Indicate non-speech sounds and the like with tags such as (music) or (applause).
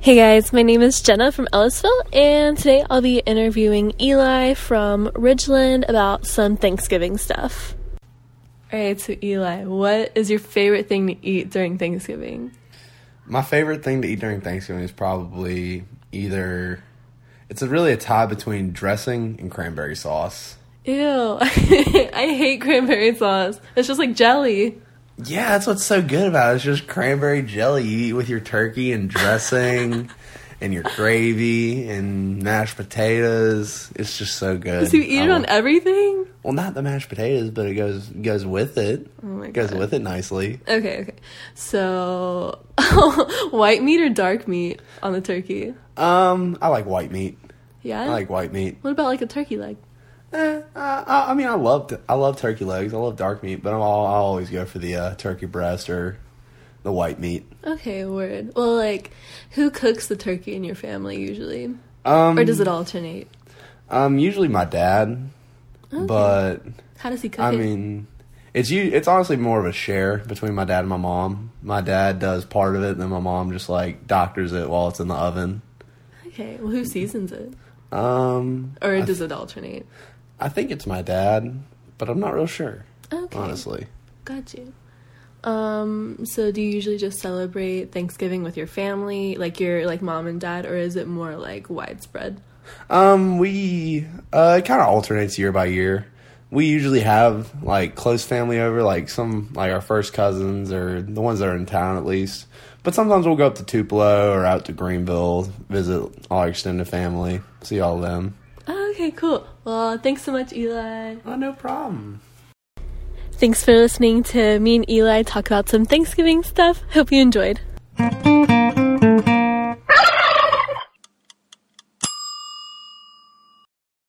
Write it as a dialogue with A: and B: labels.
A: Hey guys, my name is Jenna from Ellisville, and today I'll be interviewing Eli from Ridgeland about some Thanksgiving stuff. All right, so Eli, what is your favorite thing to eat during Thanksgiving?
B: My favorite thing to eat during Thanksgiving is probably either it's a, really a tie between dressing and cranberry sauce.
A: Ew, (laughs) I hate cranberry sauce. It's just like jelly.
B: Yeah, that's what's so good about it. It's just cranberry jelly you eat with your turkey and (laughs) dressing and your gravy and mashed potatoes. It's just so good.
A: So you eat
B: I
A: it on
B: love-
A: everything?
B: Well, not the mashed potatoes, but it goes goes with it.
A: Oh my
B: It goes
A: God.
B: with it nicely.
A: Okay, okay. So, (laughs) white meat or dark meat on the turkey?
B: Um, I like white meat.
A: Yeah.
B: I like white meat.
A: what about like a turkey leg?
B: Eh, I, I- I mean, I love t- I love turkey legs. I love dark meat, but I'm all, I always go for the uh, turkey breast or the white meat.
A: Okay, word. Well, like, who cooks the turkey in your family usually?
B: Um,
A: Or does it alternate?
B: Um, usually my dad, but
A: How does he cook
B: I
A: it?
B: mean, it's you. It's honestly more of a share between my dad and my mom. My dad does part of it, and then my mom just like doctors it while it's in the oven.
A: Okay, well, who seasons it?
B: Um,
A: Or does it alternate?
B: I think it's my dad, but I'm not real sure,
A: Okay,
B: honestly.
A: got you. Um, so do you usually just celebrate Thanksgiving with your family, like your like mom and dad, or is it more like widespread?
B: Um, we uh, it kind of alternates year by year. We usually have like close family over, like some like our first cousins or the ones that are in town at least. But sometimes we'll go up to Tupelo or out to Greenville, visit all our extended family, see all of them.
A: Okay, cool. Well, thanks so much, Eli.
B: Oh, no problem.
A: Thanks for listening to me and Eli talk about some Thanksgiving stuff. Hope you enjoyed.